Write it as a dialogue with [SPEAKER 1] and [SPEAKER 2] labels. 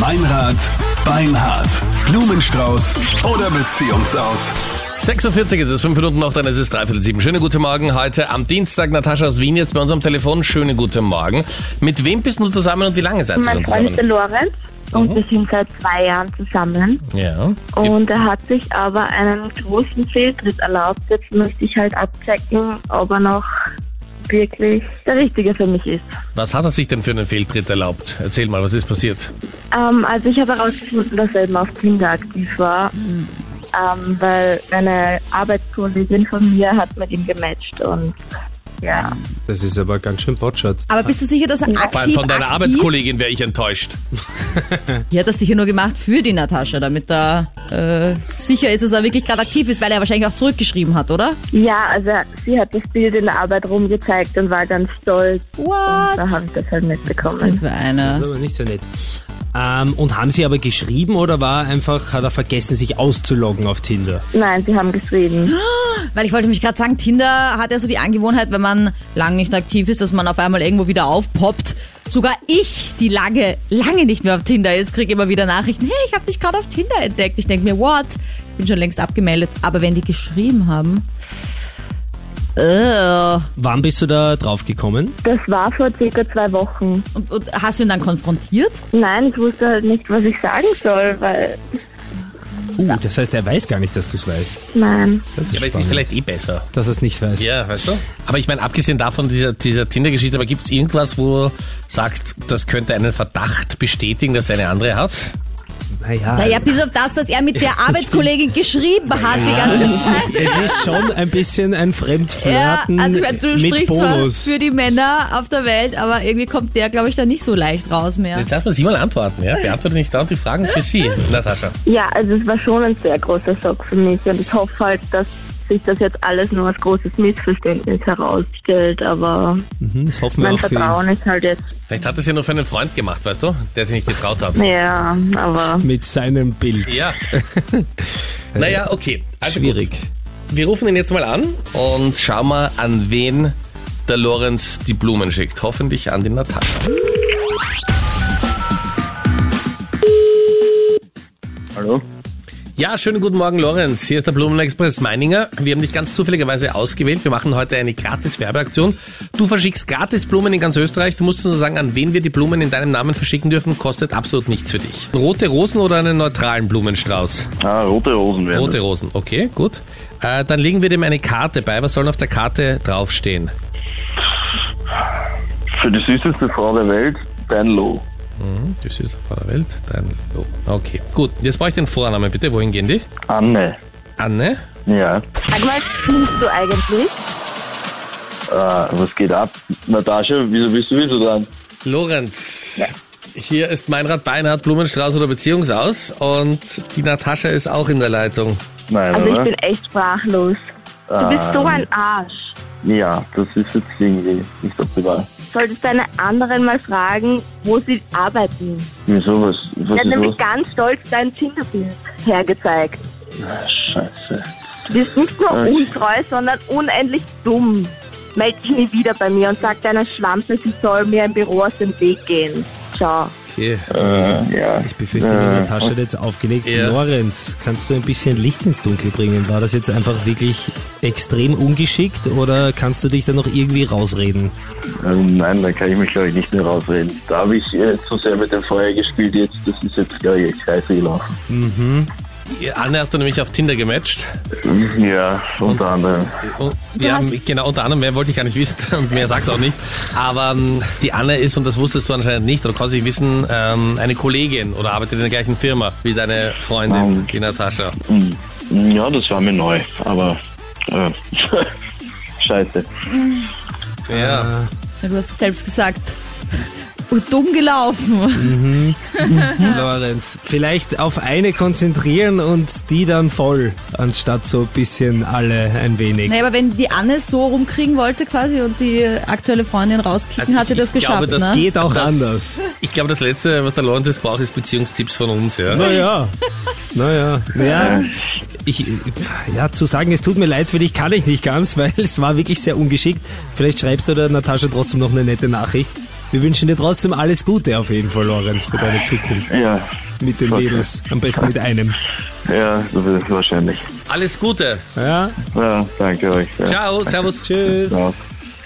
[SPEAKER 1] Meinrad, Beinhard, Blumenstrauß oder Beziehungsaus.
[SPEAKER 2] 46 ist es, fünf Minuten noch, dann ist es dreiviertel sieben. Schönen guten Morgen heute am Dienstag. Natascha aus Wien jetzt bei uns am Telefon. Schönen guten Morgen. Mit wem bist du zusammen und wie lange seid ihr
[SPEAKER 3] Mein
[SPEAKER 2] schon
[SPEAKER 3] Freund
[SPEAKER 2] zusammen?
[SPEAKER 3] ist der Lorenz und wir sind seit zwei Jahren zusammen.
[SPEAKER 2] Ja.
[SPEAKER 3] Und er hat sich aber einen großen Fehltritt erlaubt. Jetzt müsste ich halt abchecken, ob er noch wirklich der Richtige für mich ist.
[SPEAKER 2] Was hat er sich denn für einen Fehltritt erlaubt? Erzähl mal, was ist passiert?
[SPEAKER 3] Ähm, also ich habe herausgefunden, dass er eben auf Tinder aktiv war, ähm, weil eine Arbeitskollegin von mir hat mit ihm gematcht und ja.
[SPEAKER 4] Das ist aber ganz schön botschert.
[SPEAKER 5] Aber bist du sicher, dass er
[SPEAKER 2] Vor
[SPEAKER 5] aktiv
[SPEAKER 2] allem von deiner
[SPEAKER 5] aktiv?
[SPEAKER 2] Arbeitskollegin wäre ich enttäuscht.
[SPEAKER 5] Die hat das sicher nur gemacht für die Natascha, damit da äh, sicher ist, dass er wirklich gerade aktiv ist, weil er wahrscheinlich auch zurückgeschrieben hat, oder?
[SPEAKER 3] Ja, also sie hat das Bild in der Arbeit rumgezeigt und war ganz stolz.
[SPEAKER 5] What?
[SPEAKER 3] Da habe ich das halt
[SPEAKER 5] Was ist denn
[SPEAKER 3] mitbekommen.
[SPEAKER 5] für
[SPEAKER 4] Das ist
[SPEAKER 5] eine?
[SPEAKER 4] aber nicht so nett. Ähm, und haben sie aber geschrieben oder war einfach, hat er vergessen, sich auszuloggen auf Tinder?
[SPEAKER 3] Nein, sie haben geschrieben.
[SPEAKER 5] Weil ich wollte mich gerade sagen, Tinder hat ja so die Angewohnheit, wenn man lang nicht aktiv ist, dass man auf einmal irgendwo wieder aufpoppt. Sogar ich, die lange, lange nicht mehr auf Tinder ist, kriege immer wieder Nachrichten. Hey, ich habe dich gerade auf Tinder entdeckt. Ich denke mir, what? Ich bin schon längst abgemeldet. Aber wenn die geschrieben haben... Äh,
[SPEAKER 4] Wann bist du da drauf gekommen?
[SPEAKER 3] Das war vor circa zwei Wochen.
[SPEAKER 5] und, und hast du ihn dann konfrontiert?
[SPEAKER 3] Nein, ich wusste halt nicht, was ich sagen soll, weil
[SPEAKER 4] Uh, das heißt, er weiß gar nicht, dass du es weißt.
[SPEAKER 3] nein.
[SPEAKER 4] Das ist
[SPEAKER 2] Ja, aber es ist
[SPEAKER 4] spannend,
[SPEAKER 2] vielleicht eh besser.
[SPEAKER 4] dass er es nicht weiß.
[SPEAKER 2] Ja, weißt du? Aber ich meine, abgesehen davon, dieser, dieser Tinder-Geschichte, aber gibt es irgendwas, wo du sagst, das könnte einen Verdacht bestätigen, dass eine andere hat?
[SPEAKER 4] Naja,
[SPEAKER 5] Naja, bis auf das, dass er mit der Arbeitskollegin geschrieben hat die ganze Zeit.
[SPEAKER 4] es ist schon ein bisschen ein
[SPEAKER 5] Ja,
[SPEAKER 4] Fremdflirten
[SPEAKER 5] also ich meine, du
[SPEAKER 4] mit
[SPEAKER 5] sprichst zwar
[SPEAKER 4] Bonus.
[SPEAKER 5] für die Männer auf der Welt, aber irgendwie kommt der, glaube ich, da nicht so leicht raus mehr.
[SPEAKER 2] Jetzt lass mal sie mal antworten, ja? Beantworte nicht dauernd die Fragen für sie, Natascha.
[SPEAKER 3] Ja, also es war schon ein sehr großer Schock für mich und ich hoffe halt, dass sich das jetzt alles nur als großes Missverständnis herausstellt, aber
[SPEAKER 4] Mhm, das hoffen wir
[SPEAKER 3] mein
[SPEAKER 4] auch für ihn.
[SPEAKER 3] Vertrauen ist halt jetzt,
[SPEAKER 2] Vielleicht hat es ja nur für einen Freund gemacht, weißt du? Der sich nicht getraut hat.
[SPEAKER 3] ja, aber
[SPEAKER 4] Mit seinem Bild.
[SPEAKER 2] Ja. naja, okay. Also
[SPEAKER 4] Schwierig.
[SPEAKER 2] Gut. Wir rufen ihn jetzt mal an und schauen mal, an wen der Lorenz die Blumen schickt. Hoffentlich an die Natascha.
[SPEAKER 6] Hallo?
[SPEAKER 2] Ja, schönen guten Morgen, Lorenz. Hier ist der Blumenexpress Meininger. Wir haben dich ganz zufälligerweise ausgewählt. Wir machen heute eine gratis Werbeaktion. Du verschickst gratis Blumen in ganz Österreich. Du musst uns nur sagen, an wen wir die Blumen in deinem Namen verschicken dürfen. Kostet absolut nichts für dich. Rote Rosen oder einen neutralen Blumenstrauß?
[SPEAKER 6] Ah, rote Rosen werden.
[SPEAKER 2] Rote Rosen. Okay, gut. Äh, dann legen wir dem eine Karte bei. Was soll auf der Karte draufstehen?
[SPEAKER 6] das. Für die süßeste Frau der Welt, dein Lo.
[SPEAKER 2] Die süße Frau der Welt, dein Lo. Okay, gut. Jetzt brauche ich den Vornamen bitte. Wohin gehen die?
[SPEAKER 6] Anne.
[SPEAKER 2] Anne?
[SPEAKER 6] Ja.
[SPEAKER 3] sag mal, spielst du eigentlich?
[SPEAKER 6] Ah, was geht ab? Natascha, wieso bist du wieder dran?
[SPEAKER 2] Lorenz. Hier ist Meinrad Beinhardt, Blumenstrauß oder Beziehungsaus. Und die Natascha ist auch in der Leitung.
[SPEAKER 6] Nein,
[SPEAKER 3] Also ich
[SPEAKER 6] oder?
[SPEAKER 3] bin echt sprachlos. Du bist so ein Arsch.
[SPEAKER 6] ja, das ist jetzt irgendwie nicht optimal.
[SPEAKER 3] Solltest deine anderen mal fragen, wo sie arbeiten.
[SPEAKER 6] Wieso? Was, was
[SPEAKER 3] Er hat nämlich
[SPEAKER 6] ist los?
[SPEAKER 3] ganz stolz dein Tinderbild hergezeigt.
[SPEAKER 6] Ah, Scheiße.
[SPEAKER 3] Du bist nicht nur
[SPEAKER 6] Okay.
[SPEAKER 3] untreu, sondern unendlich dumm. Meld dich nie wieder bei mir und sag deiner Schlampe, sie soll mir im Büro aus dem Weg gehen. Ciao.
[SPEAKER 2] Okay.
[SPEAKER 6] Äh, ja.
[SPEAKER 4] Ich befürchte, die Natascha hat jetzt aufgelegt.
[SPEAKER 2] Ja.
[SPEAKER 4] Lorenz, kannst du ein bisschen Licht ins Dunkel bringen? War das jetzt einfach wirklich extrem ungeschickt oder kannst du dich da noch irgendwie rausreden?
[SPEAKER 6] Ähm, nein, da kann ich mich, glaube ich, nicht mehr rausreden. Da habe ich äh, zu sehr mit dem Feuer gespielt jetzt. Das ist jetzt, glaube ich, scheiße gelaufen.
[SPEAKER 2] Anne hast du nämlich auf Tinder gematcht.
[SPEAKER 6] Ja, unter anderem.
[SPEAKER 2] Und wir haben,
[SPEAKER 5] hast-
[SPEAKER 2] genau, unter anderem, mehr wollte ich gar nicht wissen und mehr sag's auch nicht. Aber ähm, die Anne ist, und das wusstest du anscheinend nicht, oder kannst du nicht wissen, ähm, eine Kollegin oder arbeitet in der gleichen Firma wie deine Freundin,
[SPEAKER 6] Nein.
[SPEAKER 2] die Natascha.
[SPEAKER 6] Ja, das war mir neu, aber äh, scheiße.
[SPEAKER 2] Ja.
[SPEAKER 5] Ja, Du hast es selbst gesagt. Und dumm gelaufen.
[SPEAKER 4] Lorenz, vielleicht auf eine konzentrieren und die dann voll, anstatt so ein bisschen alle ein wenig.
[SPEAKER 5] Naja, aber wenn die Anne so rumkriegen wollte quasi und die aktuelle Freundin rauskicken,
[SPEAKER 2] Also
[SPEAKER 5] hat sie
[SPEAKER 2] ich
[SPEAKER 5] das geschafft,
[SPEAKER 2] glaube, das
[SPEAKER 5] ne?
[SPEAKER 4] Geht auch
[SPEAKER 2] Das-
[SPEAKER 4] anders.
[SPEAKER 2] Ich glaube, das Letzte, was der Lorenz jetzt braucht, ist Beziehungstipps von uns, ja.
[SPEAKER 4] Naja. Naja, ja, ich, ja, zu sagen, es tut mir leid für dich, kann ich nicht ganz, weil es war wirklich sehr ungeschickt. Vielleicht schreibst du der Natascha trotzdem noch eine nette Nachricht Wir wünschen dir trotzdem alles Gute auf jeden Fall, Lorenz, für deine Zukunft.
[SPEAKER 6] Ja,
[SPEAKER 4] Mit den
[SPEAKER 6] Okay.
[SPEAKER 4] Mädels. Am besten mit einem.
[SPEAKER 6] ja, das ist wahrscheinlich.
[SPEAKER 2] Alles Gute.
[SPEAKER 4] Ja,
[SPEAKER 6] Ja, danke euch. Ja.
[SPEAKER 2] Ciao, servus.
[SPEAKER 4] tschüss.
[SPEAKER 6] Ciao.